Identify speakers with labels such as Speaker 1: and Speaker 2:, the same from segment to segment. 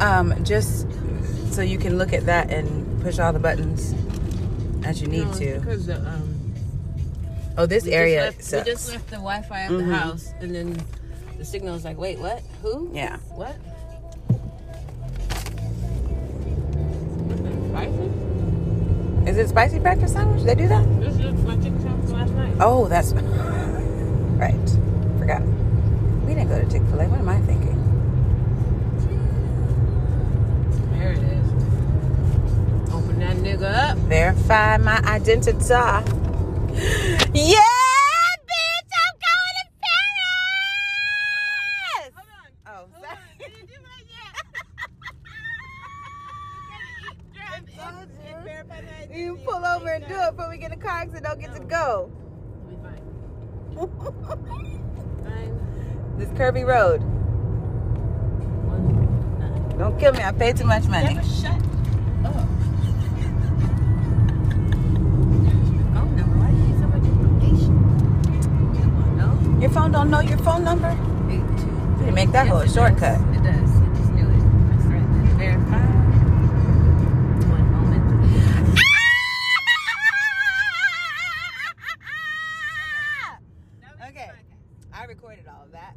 Speaker 1: Um, just so you can look at that and push all the buttons as you need
Speaker 2: No, it's
Speaker 1: to.
Speaker 2: Because the, um,
Speaker 1: Oh, this
Speaker 2: we
Speaker 1: area
Speaker 2: Just left,
Speaker 1: sucks.
Speaker 2: we just left the Wi-Fi at
Speaker 1: Mhm.
Speaker 2: the house, and then the signal's like, wait, what? Who?
Speaker 1: Yeah.
Speaker 2: What? Spicy?
Speaker 1: Is it spicy breakfast sandwich? They do that?
Speaker 2: This is my TikTok from last night.
Speaker 1: Oh, that's right. Forgot. We didn't go to Chick Fil A. What am I thinking? Oh.
Speaker 2: There it is. Open that nigga up.
Speaker 1: Verify my identity. Yeah, bitch, I'm going to Paris.
Speaker 2: Hold on.
Speaker 1: Oh,
Speaker 2: Hold on.
Speaker 1: sorry.
Speaker 2: Did you do it yet? You gotta eat, drive, and- and verify my identity.
Speaker 1: You pull over and do it before we get in a car accident. Don't get to go.
Speaker 2: We fine. Fine.
Speaker 1: this curvy road.
Speaker 2: One, nine.
Speaker 1: Don't kill me. I paid too much money.
Speaker 2: Never shut up. Oh, no. Why do you need so much information? Come on, no.
Speaker 1: Your phone don't know your phone number.
Speaker 2: Eight, two,
Speaker 1: You make that
Speaker 2: Yes,
Speaker 1: whole
Speaker 2: it does.
Speaker 1: shortcut.
Speaker 2: It does. I just knew it. That's right. Let's verify. One moment.
Speaker 1: Okay, I recorded all of that.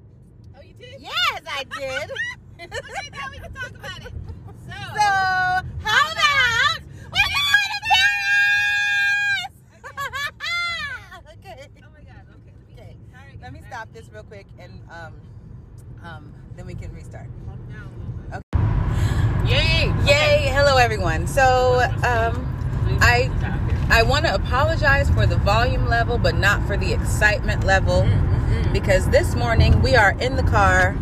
Speaker 2: Oh, you did?
Speaker 1: Yes, I did.
Speaker 2: Okay, now we can talk about it. So, oh
Speaker 1: So, how about we're going to Paris? okay.
Speaker 2: oh my God. Okay. Let me,
Speaker 1: Okay.
Speaker 2: All right,
Speaker 1: Let me
Speaker 2: guys.
Speaker 1: stop this real quick and um, um, then we can restart.
Speaker 2: Calm down a little
Speaker 1: Okay.
Speaker 2: bit. Yay!
Speaker 1: Yay! Hello, everyone. So, um, I- I want to apologize for the volume level, but not for the excitement level,
Speaker 2: Mm-mm-mm.
Speaker 1: because this morning we are in the car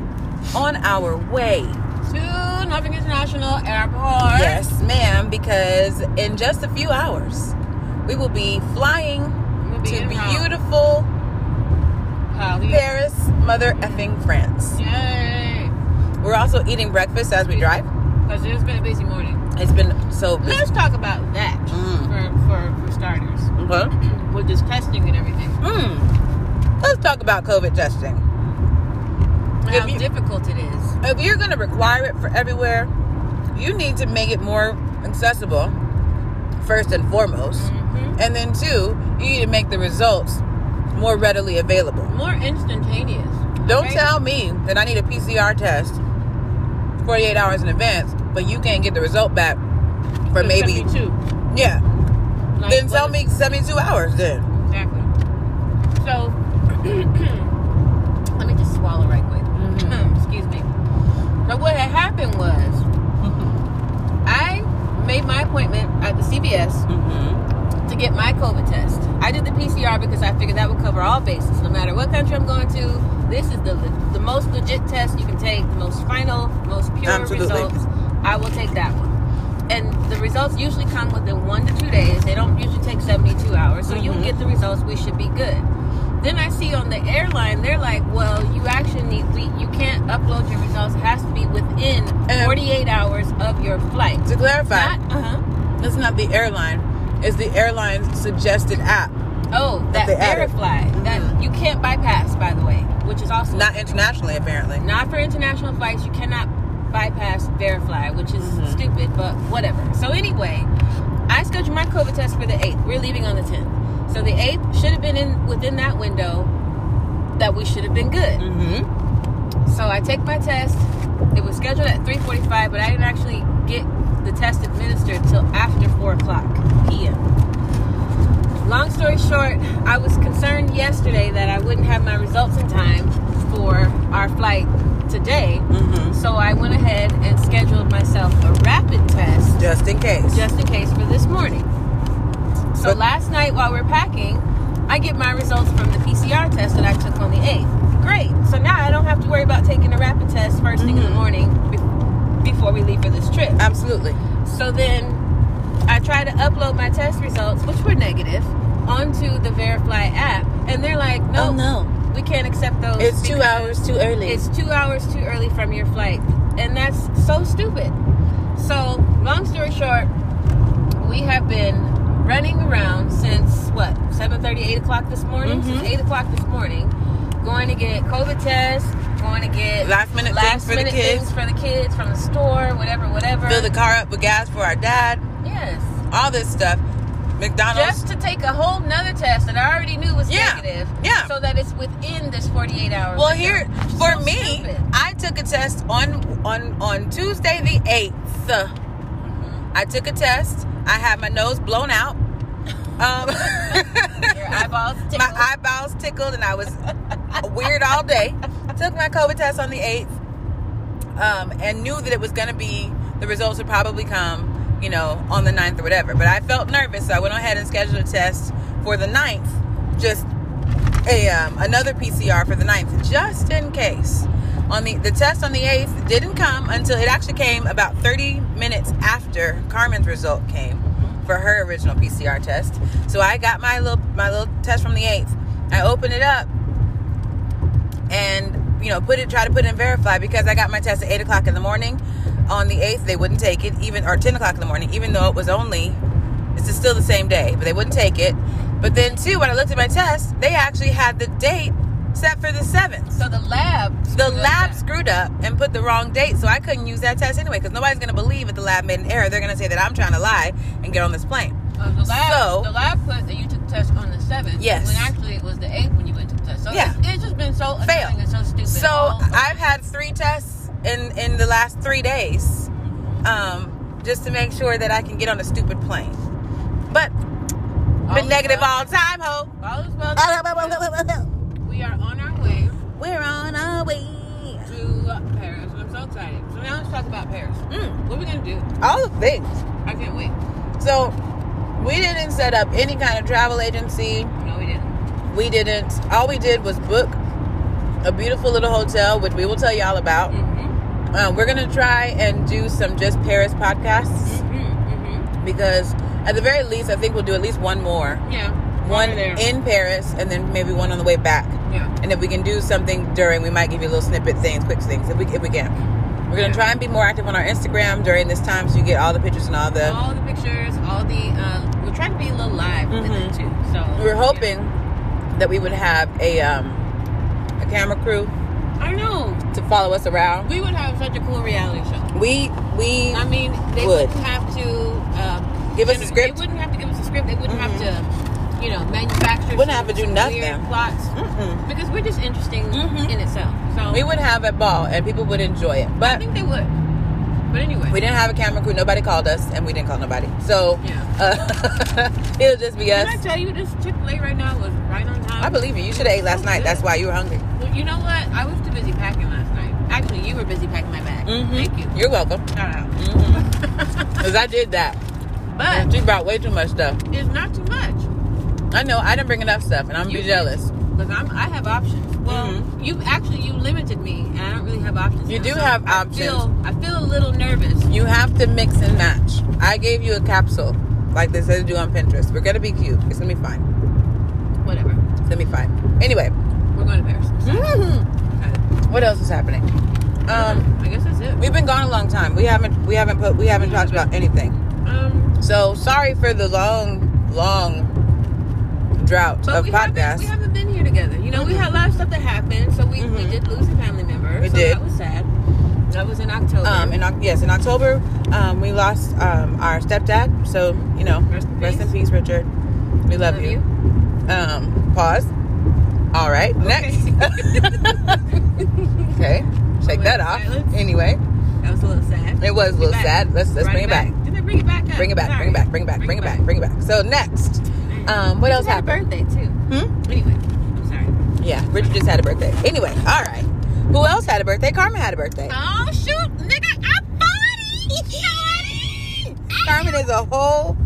Speaker 1: on our way.
Speaker 2: to Norfolk International Airport.
Speaker 1: Yes, ma'am, because in just a few hours we will be flying
Speaker 2: We'll be
Speaker 1: to
Speaker 2: in Rome.
Speaker 1: beautiful
Speaker 2: Paris.
Speaker 1: Paris, mother effing France.
Speaker 2: Yay!
Speaker 1: We're also eating breakfast as we drive.
Speaker 2: Because it's been a busy morning.
Speaker 1: It's been so busy.
Speaker 2: Let's talk about that for, for, for starters.
Speaker 1: Okay.
Speaker 2: with this testing and everything.
Speaker 1: Mm. Let's talk about COVID testing.
Speaker 2: How
Speaker 1: If you-
Speaker 2: difficult it is.
Speaker 1: If you're going to require it for everywhere, you need to make it more accessible, first and foremost.
Speaker 2: Mm-hmm.
Speaker 1: And then, two, you need to make the results more readily available.
Speaker 2: More instantaneous.
Speaker 1: Don't
Speaker 2: Okay?
Speaker 1: tell me that I need a PCR test 48 hours in advance, but you can't get the result back for
Speaker 2: It's
Speaker 1: maybe,
Speaker 2: 72.
Speaker 1: yeah.
Speaker 2: Like,
Speaker 1: then
Speaker 2: what
Speaker 1: tell
Speaker 2: is-
Speaker 1: me 72 hours then.
Speaker 2: Exactly. So, let me just swallow right quick. Excuse me. So, what had happened was, I made my appointment at the CVS
Speaker 1: Mm-hmm.
Speaker 2: to get my COVID test. I did the PCR because I figured that would cover all bases. No matter what country I'm going to, this is the the most legit test you can take, the most final, most pure
Speaker 1: Absolutely.
Speaker 2: results. I will take that one. And the results usually come within one to two days. They don't usually take 72 hours. So you
Speaker 1: Mhm.
Speaker 2: get the results. We should be good. Then I see on the airline, they're like, well, you actually need, we, you can't upload your results. It has to be within
Speaker 1: And-
Speaker 2: 48 hours of your flight.
Speaker 1: To clarify,
Speaker 2: Not, uh-huh.
Speaker 1: that's not the airline, it's the airline's suggested app.
Speaker 2: Oh, that
Speaker 1: they added. Mm-hmm.
Speaker 2: Verifly. That you can't bypass, by the way, which is also
Speaker 1: Not internationally, apparently.
Speaker 2: not for international flights. You cannot bypass Verifly, which is
Speaker 1: Mhm.
Speaker 2: stupid, but whatever. So anyway, I scheduled my COVID test for the eighth. We're leaving on the tenth, so the eighth should have been in within that window that we should have been good.
Speaker 1: Mm-hmm.
Speaker 2: So I take my test. It was scheduled at 3:45, but I didn't actually get the test administered till after 4 o'clock p.m. Long story short, I was concerned yesterday that I wouldn't have my results in time for our flight today.
Speaker 1: Mm-hmm.
Speaker 2: So I went ahead and scheduled myself a rapid test
Speaker 1: Just in case.
Speaker 2: just in case for this morning. So
Speaker 1: But-
Speaker 2: last night while we are packing, I get my results from the PCR test that I took on the 8th. Great. So now I don't have to worry about taking a rapid test 1st thing in the
Speaker 1: Mhm.
Speaker 2: morning be- before we leave for this trip.
Speaker 1: Uh, Absolutely.
Speaker 2: So then I try to upload my test results, which were negative, onto the Verify app. And they're like, no,
Speaker 1: Oh, no.
Speaker 2: we can't accept those.
Speaker 1: It's two
Speaker 2: because-
Speaker 1: hours too early.
Speaker 2: it's two hours too early from your flight. And that's so stupid. So, long story short, we have been running around since what, 7 8 o'clock this morning?
Speaker 1: Mhm.
Speaker 2: Since 8 o'clock this morning, going to get COVID tests, going to get
Speaker 1: Last minute things
Speaker 2: last
Speaker 1: for the
Speaker 2: minute
Speaker 1: kids.
Speaker 2: things for the kids from the store, whatever, whatever.
Speaker 1: Fill the car up with gas for our dad.
Speaker 2: yes.
Speaker 1: All this stuff. McDonald's.
Speaker 2: Just to take a whole nother test that I already knew was
Speaker 1: Yeah,
Speaker 2: negative.
Speaker 1: yeah.
Speaker 2: So that it's within this 48 hours.
Speaker 1: well, here for me,
Speaker 2: Stupid.
Speaker 1: I took a test on on on Tuesday the eighth.
Speaker 2: Mm-hmm.
Speaker 1: I took a test. I had my nose blown out. Um,
Speaker 2: Your eyeballs tickle.
Speaker 1: my eyeballs tickled and I was weird all day. Took my COVID test on the 8th um, and knew that it was going to be, the results would probably come, you know, on the 9th or whatever. But I felt nervous, so I went ahead and scheduled a test for the 9th, just a um, another PCR for the 9th, just in case. On the, the test on the 8th didn't come until it actually came about 30 minutes after Carmen's result came for her original PCR test. So I got my little my little test from the 8th. I opened it up and you know put it try to put in verify because I got my test at eight o'clock in the morning. On the eighth, they wouldn't take it even or ten o'clock in the morning, even though it was only it's just still the same day, but they wouldn't take it. But then too, when I looked at my test, they actually had the date set for the seventh.
Speaker 2: So the lab.
Speaker 1: The
Speaker 2: screwed us
Speaker 1: lab
Speaker 2: up.
Speaker 1: screwed up and put the wrong date, so I couldn't use that test anyway because nobody's gonna believe that the lab made an error. They're gonna say that I'm trying to lie and get on this plane.
Speaker 2: Uh, the lab,
Speaker 1: So-
Speaker 2: the lab put that you took the test on the seventh.
Speaker 1: Yes.
Speaker 2: When actually it was the eighth when you went to the test. So
Speaker 1: Yeah.
Speaker 2: it's, it's just been so annoying
Speaker 1: Fail.
Speaker 2: and so stupid.
Speaker 1: So uh,
Speaker 2: all over.
Speaker 1: I've had three tests in in the last three days, um, just to make sure that I can get on a stupid plane. But
Speaker 2: All
Speaker 1: been
Speaker 2: is
Speaker 1: negative
Speaker 2: well.
Speaker 1: all time, ho.
Speaker 2: All is well. We are on our way
Speaker 1: We're on our way.
Speaker 2: to Paris. I'm so excited. So now let's talk about Paris.
Speaker 1: Mm,
Speaker 2: What are we gonna do?
Speaker 1: all the things.
Speaker 2: I can't wait.
Speaker 1: So we didn't set up any kind of travel agency.
Speaker 2: No, we didn't.
Speaker 1: We didn't. All we did was book a beautiful little hotel, which we will tell y'all about.
Speaker 2: Mm-hmm.
Speaker 1: Um, we're gonna try and do some just Paris podcasts.
Speaker 2: Mm-hmm.
Speaker 1: because at the very least, I think we'll do at least one more.
Speaker 2: Mm-hmm. Yeah.
Speaker 1: One
Speaker 2: We're there.
Speaker 1: in Paris, and then maybe one on the way back.
Speaker 2: yeah.
Speaker 1: And if we can do something during, we might give you little snippet things, quick things, if we if we can. We're gonna try and be more active on our Instagram during this time, so you get all the pictures and all the.
Speaker 2: All the pictures, all the. Um, we're trying to be a little live with it
Speaker 1: Mhm.
Speaker 2: too. So
Speaker 1: We're
Speaker 2: yeah.
Speaker 1: hoping that we would have a um, a camera crew
Speaker 2: I know.
Speaker 1: to follow us around.
Speaker 2: We would have such a cool reality show.
Speaker 1: We we
Speaker 2: I mean, they
Speaker 1: Would.
Speaker 2: would. not have to um,
Speaker 1: Give us a
Speaker 2: gener-
Speaker 1: script? Mm-hmm.
Speaker 2: They wouldn't have to give us a script. They wouldn't have to, you know, manufacture.
Speaker 1: Wouldn't
Speaker 2: some-
Speaker 1: have to do
Speaker 2: some
Speaker 1: nothing.
Speaker 2: Weird plots
Speaker 1: Mm-mm.
Speaker 2: because we're just interesting
Speaker 1: Mhm.
Speaker 2: in itself. So
Speaker 1: we would have a ball, and people would enjoy it.
Speaker 2: I
Speaker 1: But
Speaker 2: think they would. But anyway,
Speaker 1: we didn't have a camera crew. Nobody called us, and we didn't call nobody. So
Speaker 2: Yeah.
Speaker 1: uh, it'll just be us.
Speaker 2: Can I tell you this Chick Fil A right now was right on time.
Speaker 1: I believe you. You should have ate last night. That's why you were hungry.
Speaker 2: Well, you know what? I was too busy packing last night. Actually, you were busy packing my bag.
Speaker 1: Mhm.
Speaker 2: Thank you.
Speaker 1: You're welcome. Mm-hmm.
Speaker 2: Shout out.
Speaker 1: Cause I did that. And
Speaker 2: But
Speaker 1: she brought way too much stuff.
Speaker 2: it's not too much.
Speaker 1: I know. I didn't bring enough stuff, and I'm
Speaker 2: You
Speaker 1: be
Speaker 2: did.
Speaker 1: jealous.
Speaker 2: Because I'm, I have options. Well,
Speaker 1: Mhm.
Speaker 2: you actually you limited me, and I don't really have options.
Speaker 1: You
Speaker 2: now.
Speaker 1: do have
Speaker 2: I
Speaker 1: options.
Speaker 2: Feel, I feel a little nervous.
Speaker 1: You have to mix and match. I gave you a capsule, like they said to do on Pinterest. We're gonna be cute. It's gonna be fine.
Speaker 2: Whatever.
Speaker 1: It's gonna be fine. Anyway,
Speaker 2: We're going to Paris. Okay.
Speaker 1: what else is happening? Um,
Speaker 2: I guess that's it.
Speaker 1: we've been gone a long time. We haven't. We haven't put. We haven't talked about anything.
Speaker 2: Um,
Speaker 1: So sorry for the long, long drought
Speaker 2: but
Speaker 1: of
Speaker 2: we haven't, we
Speaker 1: podcasts.
Speaker 2: haven't been here together. You know, we had a lot of stuff that happened. So we, we
Speaker 1: Mhm.
Speaker 2: did lose a family member.
Speaker 1: Mm-hmm. We
Speaker 2: so
Speaker 1: did.
Speaker 2: That was sad. That was in October.
Speaker 1: Um, in, Oc- yes, in October, um, we lost um, our stepdad. So you know,
Speaker 2: Rest in
Speaker 1: rest
Speaker 2: peace.
Speaker 1: in peace, Richard. We love, you. Um, pause. All right, next. okay, shake
Speaker 2: Moment
Speaker 1: that
Speaker 2: of
Speaker 1: off.
Speaker 2: silence.
Speaker 1: Anyway,
Speaker 2: That was a little sad.
Speaker 1: it was a little sad. Let's let's
Speaker 2: Brought
Speaker 1: bring it back.
Speaker 2: Did they bring it back? Up?
Speaker 1: Bring it back. Bring it back. Bring it back. Bring it back. Bring it back. So next, um, what else
Speaker 2: Happy
Speaker 1: happened?
Speaker 2: birthday too.
Speaker 1: Hmm?
Speaker 2: Anyway, I'm sorry.
Speaker 1: Yeah, Richard just had a birthday. Anyway, all right. Who else had a birthday? Carmen had a birthday.
Speaker 2: Oh shoot, nigga, I'm 40. shorty.
Speaker 1: Carmen is a whole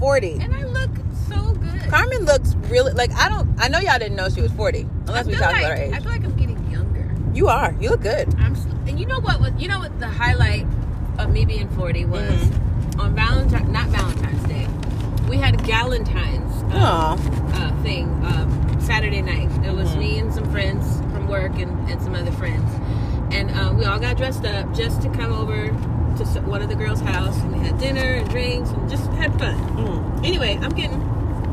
Speaker 1: forty.
Speaker 2: And I look so good.
Speaker 1: Carmen looks really like I don't. I know y'all didn't know she was forty unless
Speaker 2: I
Speaker 1: we
Speaker 2: feel
Speaker 1: talked
Speaker 2: like,
Speaker 1: about her age.
Speaker 2: I feel like I'm getting younger.
Speaker 1: You are. You look good.
Speaker 2: I'm s and you know what was you know what the highlight of me being 40 was
Speaker 1: Mm-hmm.
Speaker 2: on Valentine not Valentine's Day. We had Galentine's uh,
Speaker 1: Oh,
Speaker 2: uh, thing um, Saturday night. It
Speaker 1: Mm-hmm.
Speaker 2: was me and some friends from work and, and some other friends, and um, we all got dressed up just to come over to s- one of the girls' house, and we had dinner and drinks and just had fun.
Speaker 1: Mm-hmm.
Speaker 2: Anyway, I'm getting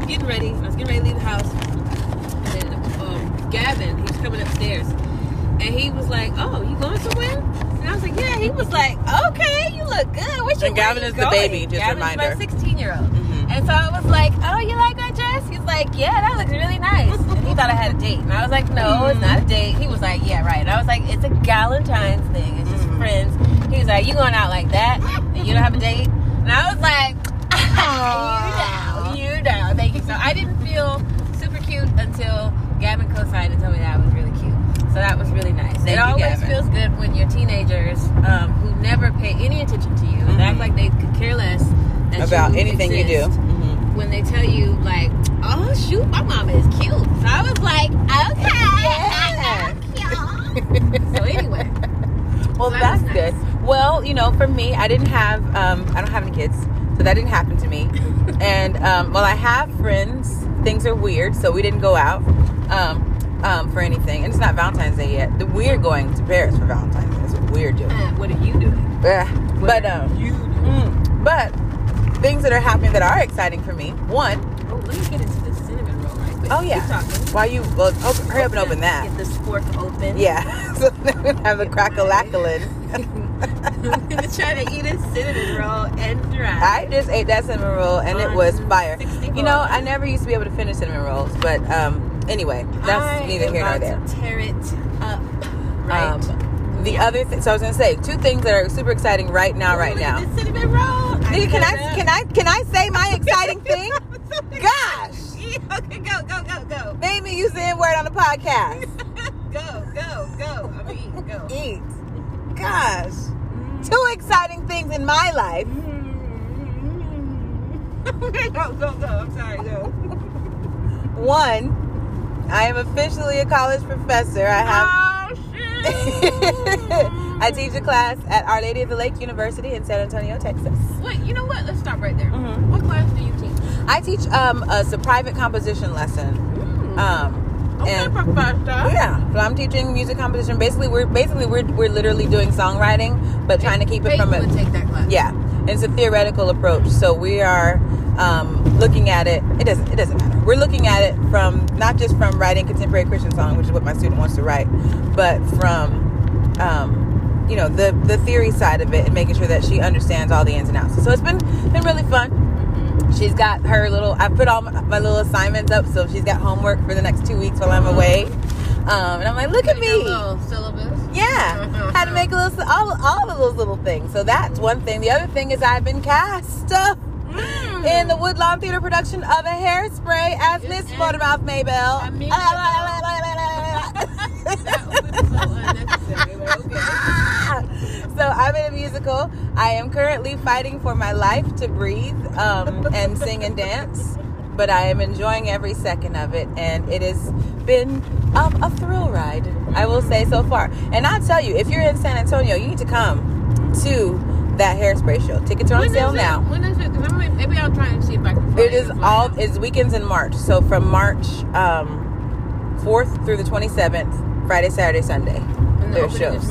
Speaker 2: getting ready. I was getting ready to leave the house, and then um, Gavin, he's coming upstairs, and he was like, "Oh, you going somewhere?" And I was like, "Yeah." He was like, "Okay, you look good. What's your
Speaker 1: And Gavin
Speaker 2: where you
Speaker 1: is the
Speaker 2: going?"
Speaker 1: baby, just a
Speaker 2: Gavin's my
Speaker 1: reminder.
Speaker 2: 16 year old. And so I was like, "Oh, you like my dress?" He's like, "Yeah, that looks really nice." And he thought I had a date, and I was like, "No, it's not a date." He was like, "Yeah, right." And I was like, "It's a Galentine's thing. It's
Speaker 1: Mm-hmm.
Speaker 2: just friends." He was like, "You going out like that? And you don't have a date?" And I was like, "You know, you know." Thank you. So I didn't feel super cute until Gavin co-signed and told me that I was really cute. So that was really nice.
Speaker 1: Thank
Speaker 2: it
Speaker 1: you,
Speaker 2: always
Speaker 1: Gavin.
Speaker 2: feels good when your teenagers um, who never pay any attention to you and act
Speaker 1: Mhm.
Speaker 2: like they could care less that
Speaker 1: about
Speaker 2: you
Speaker 1: anything you
Speaker 2: exist
Speaker 1: do.
Speaker 2: when they tell you like, "Oh shoot, my mama is cute," so I was like, "Okay, I'm cute." so anyway,
Speaker 1: Well,
Speaker 2: That was
Speaker 1: that's
Speaker 2: nice.
Speaker 1: good. Well, you know, for me, I didn't have, um, I don't have any kids, so that didn't happen to me. and um, well, I have friends. Things are weird, so we didn't go out um, um, for anything. And it's not Valentine's Day yet. The- We're going to Paris for Valentine's Day. That's what we're doing.
Speaker 2: uh, what are you doing?
Speaker 1: Ugh.
Speaker 2: What
Speaker 1: But
Speaker 2: are
Speaker 1: um,
Speaker 2: you doing?
Speaker 1: mm, but things that are happening that are exciting for me. One,
Speaker 2: Oh, let me get into this cinnamon roll right quick.
Speaker 1: Oh,
Speaker 2: Keep
Speaker 1: yeah.
Speaker 2: talking.
Speaker 1: while you well, open, hurry up and open that.
Speaker 2: Get this fork open.
Speaker 1: Yeah, so then we have a crack a lackalin.
Speaker 2: I'm gonna try to eat a cinnamon roll and
Speaker 1: I
Speaker 2: thrive.
Speaker 1: just ate that cinnamon roll and it was fire.
Speaker 2: 64.
Speaker 1: You know, I never used to be able to finish cinnamon rolls, but um, anyway, that's
Speaker 2: I
Speaker 1: neither
Speaker 2: am
Speaker 1: here nor
Speaker 2: about
Speaker 1: there.
Speaker 2: To tear it up, right?
Speaker 1: Um, the
Speaker 2: Yeah.
Speaker 1: other thing, so I was gonna say two things that are super exciting right now, right
Speaker 2: Look at
Speaker 1: now.
Speaker 2: this cinnamon roll.
Speaker 1: Nigga, can I can I can I say my exciting thing? Gosh,
Speaker 2: okay, go, go, go, go.
Speaker 1: made me use the N word on the podcast.
Speaker 2: go, go, go. I'm eating. Go.
Speaker 1: Eat. Gosh, two exciting things in my life.
Speaker 2: Okay, Mm-hmm. go, go, go. I'm sorry. Go.
Speaker 1: One, I am officially a college professor. I have.
Speaker 2: Oh,
Speaker 1: I teach a class at Our Lady of the Lake University in San Antonio, Texas.
Speaker 2: Wait, you know what? Let's stop right there.
Speaker 1: Mhm.
Speaker 2: What class do you teach?
Speaker 1: I teach um, a, it's a private composition lesson. Um,
Speaker 2: Mm, okay,
Speaker 1: and-
Speaker 2: professor.
Speaker 1: yeah, so I'm teaching music composition. Basically, we're basically we're, we're literally doing songwriting, but trying to keep it
Speaker 2: Hey,
Speaker 1: from
Speaker 2: you would
Speaker 1: a
Speaker 2: take that class.
Speaker 1: yeah. And it's a theoretical approach, so we are um, looking at it. It doesn't it doesn't matter. We're looking at it from not just from writing contemporary Christian song, which is what my student wants to write, but from um, you know the the theory side of it and making sure that she understands all the ins and outs. So it's been been really fun. She's got her little. I put all my, my little assignments up, so she's got homework for the next two weeks while I'm away. Um, and I'm like, look at
Speaker 2: Your
Speaker 1: me.
Speaker 2: little syllabus.
Speaker 1: Yeah, had to make a little all all of those little things. So that's one thing. The other thing is I've been cast uh,
Speaker 2: Mm.
Speaker 1: in the Woodlawn Theater production of a Hairspray as
Speaker 2: Yes,
Speaker 1: Miss
Speaker 2: and-
Speaker 1: Motormouth
Speaker 2: I
Speaker 1: Maybell.
Speaker 2: mean, that was so unnecessary. but Okay.
Speaker 1: so I'm in a musical. I am currently fighting for my life to breathe um, and sing and dance, but I am enjoying every second of it, and it has been um, a thrill ride. I will say so far, and I'll tell you, if you're in San Antonio, you need to come to that hairspray show. Tickets are
Speaker 2: When
Speaker 1: on
Speaker 2: is
Speaker 1: sale
Speaker 2: it?
Speaker 1: now.
Speaker 2: When is it? 'Cause I might- maybe I'll try and see if I can.
Speaker 1: It is all it's weekends in March. So from March um, 4th through the 27th, Friday, Saturday, Sunday.
Speaker 2: in
Speaker 1: Their shows.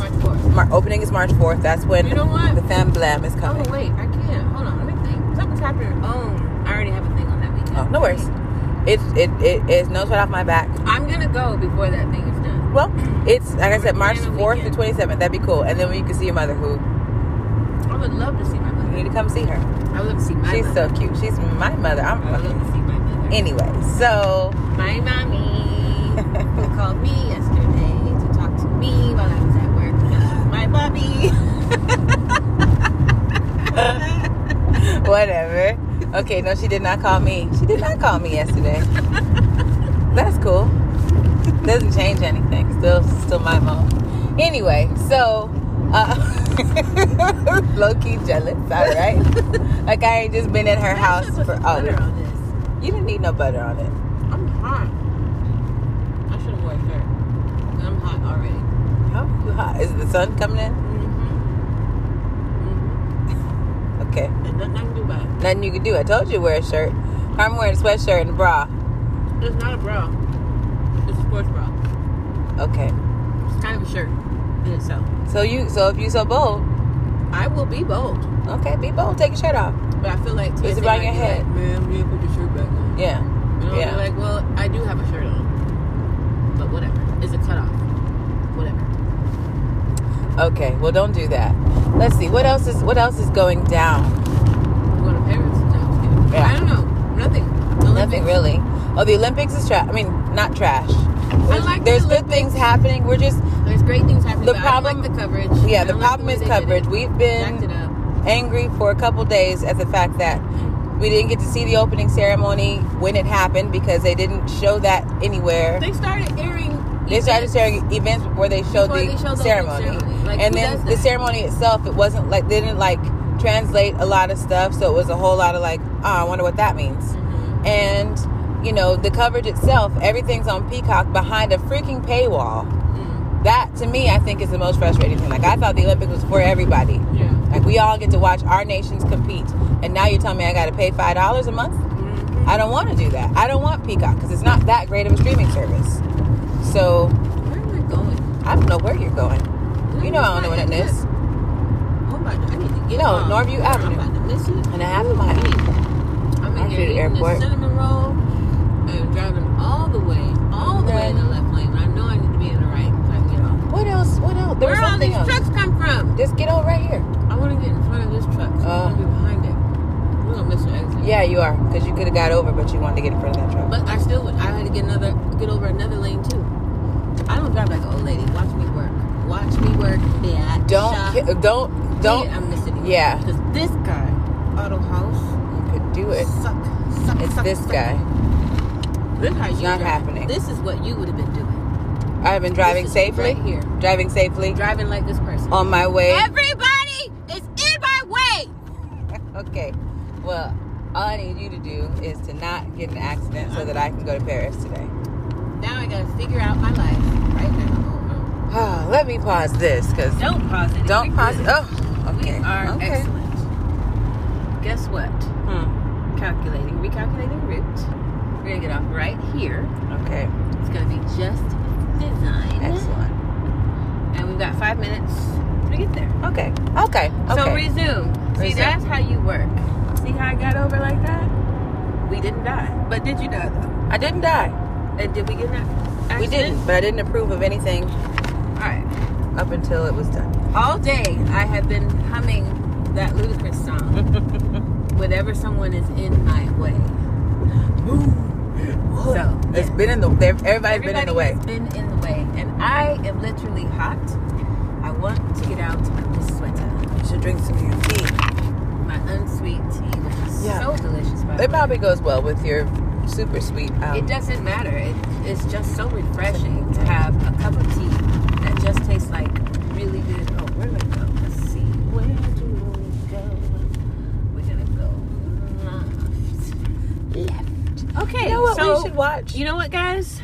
Speaker 1: Mar- opening is March 4th. That's when
Speaker 2: You know what?
Speaker 1: the Femme Blam is
Speaker 2: Oh
Speaker 1: coming.
Speaker 2: wait, I can't. Hold on, let me think. Something's happening. Oh, I already have a thing on that weekend.
Speaker 1: Oh, no worries. It's it, it it's no sweat off my back.
Speaker 2: I'm gonna go before that thing is done.
Speaker 1: Well, it's like I said, March
Speaker 2: Plan a
Speaker 1: fourth to
Speaker 2: weekend.
Speaker 1: twenty seventh. That'd be cool. And then you can see your mother, who
Speaker 2: I would love to see my
Speaker 1: you
Speaker 2: mother.
Speaker 1: need to come see her.
Speaker 2: I would love to see my
Speaker 1: She's
Speaker 2: mother.
Speaker 1: so cute. She's my mother. I'm
Speaker 2: I would love to see my mother.
Speaker 1: anyway. So
Speaker 2: my mommy, who called me yesterday to talk to me while I was at work because she's my mommy.
Speaker 1: whatever. Okay, no, she did not call me. She did not call me yesterday. That's cool. Doesn't change anything. Still, still my mom. Anyway, so uh, low key jealous. All right, like I ain't just been at her house
Speaker 2: I should put
Speaker 1: for
Speaker 2: some
Speaker 1: all.
Speaker 2: butter on this.
Speaker 1: You didn't need no butter on it.
Speaker 2: I'm hot. I should have wore a shirt. I'm hot already.
Speaker 1: How are you hot? Is the sun coming in?
Speaker 2: Mm-hmm.
Speaker 1: Okay.
Speaker 2: There's nothing I can do about it.
Speaker 1: Nothing you can do. I told you to wear a shirt. I'm wearing a sweatshirt and a bra.
Speaker 2: It's not a bra. It's a sports bra.
Speaker 1: Okay.
Speaker 2: It's kind of a shirt in itself.
Speaker 1: So you so if you so bold,
Speaker 2: I will be bold,
Speaker 1: okay, be bold. Take your shirt off.
Speaker 2: but I feel like
Speaker 1: It's
Speaker 2: TSA
Speaker 1: about
Speaker 2: might
Speaker 1: your
Speaker 2: be
Speaker 1: head.
Speaker 2: Like, Man, you didn't put your shirt back on.
Speaker 1: Yeah.
Speaker 2: You know,
Speaker 1: Yeah.
Speaker 2: they're like, well, I do have a shirt on, but whatever. It's a cutoff. Whatever.
Speaker 1: Okay, well don't do that. Let's see what else is what else is going down.
Speaker 2: Go to Paris. no,
Speaker 1: Yeah.
Speaker 2: I don't know. Nothing. The
Speaker 1: Nothing
Speaker 2: Olympics.
Speaker 1: really. Oh, the Olympics is trash. I mean, not trash. There's,
Speaker 2: like the
Speaker 1: there's good
Speaker 2: Olympics.
Speaker 1: things happening. We're just
Speaker 2: There's great things happening.
Speaker 1: The
Speaker 2: but I don't like
Speaker 1: problem-
Speaker 2: the coverage.
Speaker 1: yeah.
Speaker 2: I
Speaker 1: The
Speaker 2: don't like
Speaker 1: problem
Speaker 2: way
Speaker 1: is
Speaker 2: they did
Speaker 1: coverage.
Speaker 2: it.
Speaker 1: We've
Speaker 2: Jacked it
Speaker 1: been
Speaker 2: up.
Speaker 1: angry for a couple days at the fact that we didn't get to see the opening ceremony when it happened because they didn't show that anywhere.
Speaker 2: They started airing.
Speaker 1: They started
Speaker 2: events
Speaker 1: sharing events before they showed
Speaker 2: before
Speaker 1: the
Speaker 2: they showed opening
Speaker 1: ceremony.
Speaker 2: Like,
Speaker 1: and
Speaker 2: who
Speaker 1: then
Speaker 2: does
Speaker 1: the
Speaker 2: that?
Speaker 1: ceremony itself, it wasn't like they didn't like translate a lot of stuff, so it was a whole lot of like, oh, I wonder what that means.
Speaker 2: Mhm.
Speaker 1: And you know, the coverage itself, everything's on Peacock behind a freaking paywall.
Speaker 2: Mm.
Speaker 1: That to me, I think is the most frustrating thing. Like I thought the Olympics was for everybody.
Speaker 2: Mm-hmm. Yeah.
Speaker 1: Like we all get to watch our nations compete, and now you're telling me I got to pay five dollars a month?
Speaker 2: Mhm.
Speaker 1: I don't want to do that. I don't want Peacock because it's not that great of a streaming service. So
Speaker 2: Where am I going?
Speaker 1: I don't know where you're going. You know I don't know what it is.
Speaker 2: Oh my God, I need to get
Speaker 1: No,
Speaker 2: on.
Speaker 1: Norview Avenue.
Speaker 2: I'm about to miss it.
Speaker 1: And a half a mile.
Speaker 2: I'm
Speaker 1: Norview
Speaker 2: in here eating
Speaker 1: Airport.
Speaker 2: the cinnamon roll and driving all the way, all the way in the left lane. When I know I need to be in the right. when I get off.
Speaker 1: What else? What else? There was
Speaker 2: Where all
Speaker 1: something
Speaker 2: these
Speaker 1: else.
Speaker 2: trucks come from?
Speaker 1: Just get over right here.
Speaker 2: I want to get in front of this truck. So
Speaker 1: Uh.
Speaker 2: I'm gonna be behind it. We're gonna miss the exit.
Speaker 1: Yeah, you are because you could have got over, but you wanted to get in front of that truck.
Speaker 2: But I still would. I had to get another, get over another lane too. I don't drive like an old lady. Watch me work. Watch me work. Yeah.
Speaker 1: Don't,
Speaker 2: Shop.
Speaker 1: ki- don't, don't.
Speaker 2: Yeah, I'm missing it.
Speaker 1: Yeah.
Speaker 2: Because this guy, Auto House,
Speaker 1: You could do it.
Speaker 2: suck, suck,
Speaker 1: It's
Speaker 2: suck,
Speaker 1: this
Speaker 2: suck.
Speaker 1: guy.
Speaker 2: This how you
Speaker 1: not
Speaker 2: drive.
Speaker 1: happening.
Speaker 2: This is what you would have been doing.
Speaker 1: I've been driving
Speaker 2: This is
Speaker 1: safely.
Speaker 2: Right here.
Speaker 1: Driving safely
Speaker 2: Driving like this person.
Speaker 1: on my way.
Speaker 2: Everybody is in my way.
Speaker 1: Okay. Well, all I need you to do is to not get in an accident so that I can go to Paris today.
Speaker 2: Now I gotta figure out my life right now.
Speaker 1: Ah, Let me pause this because
Speaker 2: Don't pause it.
Speaker 1: don't
Speaker 2: We
Speaker 1: pause.
Speaker 2: good.
Speaker 1: Oh,
Speaker 2: We
Speaker 1: okay.
Speaker 2: are
Speaker 1: okay.
Speaker 2: excellent. Guess what?
Speaker 1: Hmm.
Speaker 2: Calculating, recalculating route. We're gonna get off right here.
Speaker 1: Okay.
Speaker 2: It's gonna be just design.
Speaker 1: Excellent.
Speaker 2: And we've got five minutes to get there.
Speaker 1: Okay. Okay.
Speaker 2: So
Speaker 1: Okay.
Speaker 2: resume. See,
Speaker 1: Resume.
Speaker 2: that's how you work. See how I got over like that? We didn't die. But did you die though?
Speaker 1: I didn't die.
Speaker 2: And did we get that?
Speaker 1: We didn't, but I didn't approve of anything
Speaker 2: All right.
Speaker 1: up until it was done.
Speaker 2: All day I have been humming that ludicrous song. whenever someone is in my way.
Speaker 1: so
Speaker 2: So,
Speaker 1: it's
Speaker 2: yeah.
Speaker 1: been in the. they've- Everybody's been in the way.
Speaker 2: has been in the way, and I am literally hot. I want to get out of this sweater.
Speaker 1: You should drink some of your tea.
Speaker 2: My unsweet tea, which is
Speaker 1: Yeah.
Speaker 2: so delicious. By the
Speaker 1: It
Speaker 2: way.
Speaker 1: probably goes well with your super sweet. Um,
Speaker 2: It doesn't matter. It, it's just so refreshing to have a cup of tea that just tastes like really good. Oh, where do we go? Let's see. Where do we go? We're gonna go left. Left. Okay.
Speaker 1: You know what
Speaker 2: so
Speaker 1: we should watch?
Speaker 2: You know what, guys?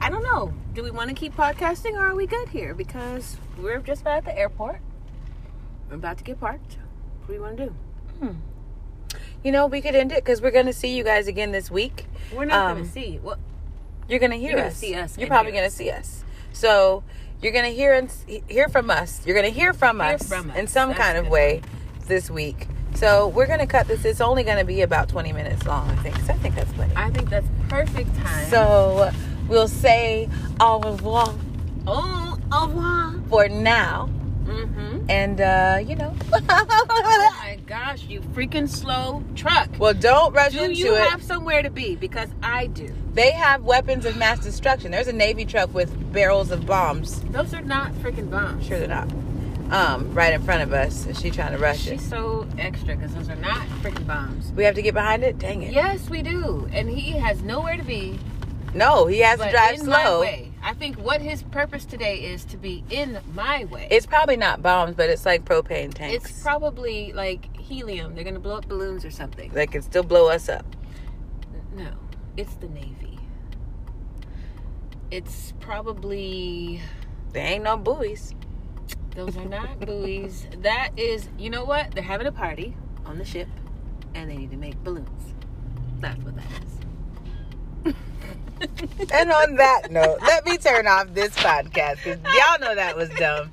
Speaker 2: I don't know. Do we want to keep podcasting or are we good here? Because we're just about at the airport. We're about to get parked. What do we want to do?
Speaker 1: You know, we could end it because we're going to see you guys again this week.
Speaker 2: We're not
Speaker 1: Um,
Speaker 2: going to see. Well,
Speaker 1: You're going to hear
Speaker 2: You're gonna
Speaker 1: us.
Speaker 2: see us
Speaker 1: You're
Speaker 2: and
Speaker 1: probably
Speaker 2: hear
Speaker 1: going to see us. So you're going to hear and hear from us. You're going to hear from
Speaker 2: Hear
Speaker 1: us
Speaker 2: from us.
Speaker 1: in some
Speaker 2: That's
Speaker 1: kind of
Speaker 2: good.
Speaker 1: way this week. So we're going to cut this. It's only going to be about 20 minutes long, I think. 'cause I think that's plenty.
Speaker 2: I think that's perfect time.
Speaker 1: So we'll say au revoir
Speaker 2: oh, au revoir.
Speaker 1: for now.
Speaker 2: Mm-hmm.
Speaker 1: And, uh, you know.
Speaker 2: Oh my gosh, you freaking slow truck.
Speaker 1: well, don't rush
Speaker 2: Do
Speaker 1: into
Speaker 2: you
Speaker 1: it.
Speaker 2: have somewhere to be? Because I do.
Speaker 1: They have weapons of mass destruction. There's a Navy truck with barrels of bombs.
Speaker 2: Those are not freaking bombs.
Speaker 1: Sure they're not. Um, right in front of us. And she trying to rush it.
Speaker 2: She's so extra because those are not freaking bombs.
Speaker 1: We have to get behind it? Dang it.
Speaker 2: Yes, we do. And he has nowhere to be.
Speaker 1: No, he has to
Speaker 2: but
Speaker 1: drive
Speaker 2: in My
Speaker 1: slow.
Speaker 2: way. I think what his purpose today is to be in my way.
Speaker 1: It's probably not bombs, but it's like propane tanks.
Speaker 2: it's probably like helium. They're gonna blow up balloons or something.
Speaker 1: they can still blow us up.
Speaker 2: No, it's the Navy. It's probably
Speaker 1: There ain't no buoys.
Speaker 2: Those are not buoys. That is, you know what? They're having a party on the ship, and they need to make balloons. That's what that is.
Speaker 1: And on that note, let me turn off this podcast because y'all know that was dumb.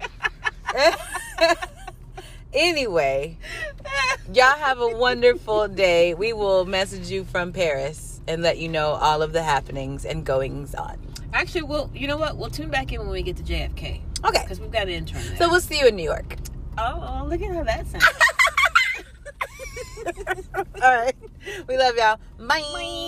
Speaker 1: anyway, y'all have a wonderful day. We will message you from Paris and let you know all of the happenings and goings on.
Speaker 2: Actually, we'll. You know what? We'll tune back in when we get to JFK.
Speaker 1: Okay.
Speaker 2: because we've got an intern. There.
Speaker 1: So we'll see you in New York.
Speaker 2: oh, oh, look at how that sounds.
Speaker 1: All right. We love y'all. Bye.